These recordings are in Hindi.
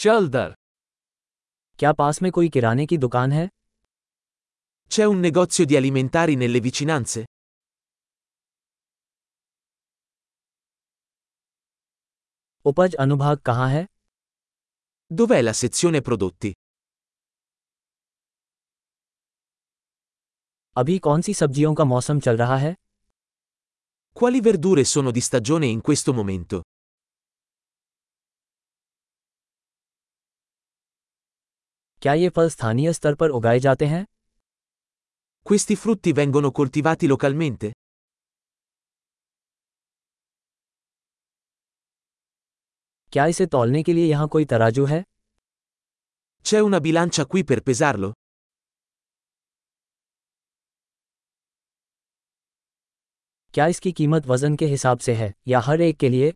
C'è dar. क्या पास में कोई किराने की दुकान है C'è un negozio di alimentari nelle vicinanze? उपज अनुभाग कहाँ है Dov'è la sezione prodotti? अभी कौन सी सब्जियों का मौसम चल रहा है Quali verdure sono di stagione in questo momento? क्या ये फल स्थानीय स्तर पर उगाए जाते हैं Questi frutti vengono coltivati localmente? क्या इसे तौलने के लिए यहाँ कोई तराजू है C'è una bilancia qui per pesarlo? क्या इसकी कीमत वजन के हिसाब से है या हर एक के लिए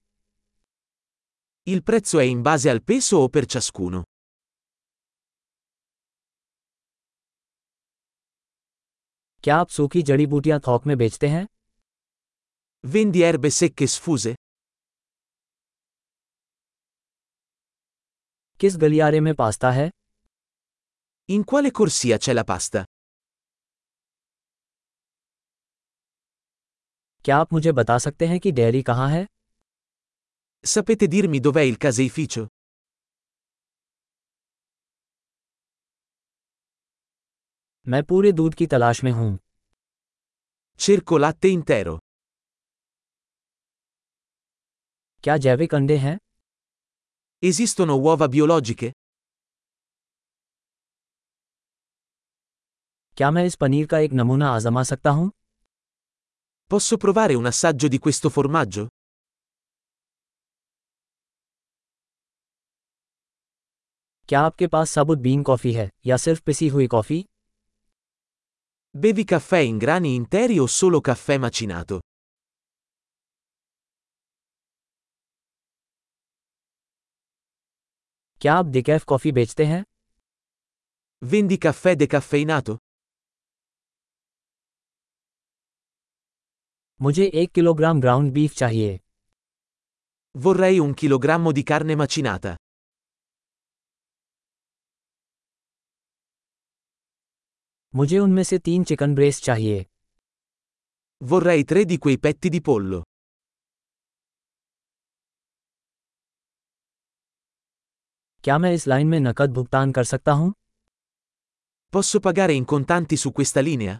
Il prezzo è in base al peso o per ciascuno? क्या आप सूखी जड़ी बूटियां थोक में बेचते हैं Vendi erbe secche sfuse? किस गलियारे में पास्ता है In quale corsia c'è la pasta? क्या आप मुझे बता सकते हैं कि डेयरी कहाँ है Sapete dirmi dov'è il caseificio? मैं पूरे दूध की तलाश में हूँ Cerco latte intero. क्या जैविक अंडे हैं Esistono uova biologiche? क्या मैं इस पनीर का एक नमूना आजमा सकता हूँ Posso provare un assaggio di questo formaggio? क्या आपके पास साबुत बीन कॉफ़ी है या सिर्फ पिसी हुई coffee Bevi caffè in grani interi o solo caffè macinato? क्या आप डिकैफ कॉफ़ी बेचते हैं Vendi caffè decaffeinato? मुझे एक किलोग्राम ग्राउंड बीफ चाहिए Vorrei un chilogrammo di carne macinata. मुझे उनमें से तीन चिकन ब्रेस्ट चाहिए Vorrei tre di quei petti di pollo. क्या मैं इस लाइन में नकद भुगतान कर सकता हूँ Posso pagare in contanti su questa linea?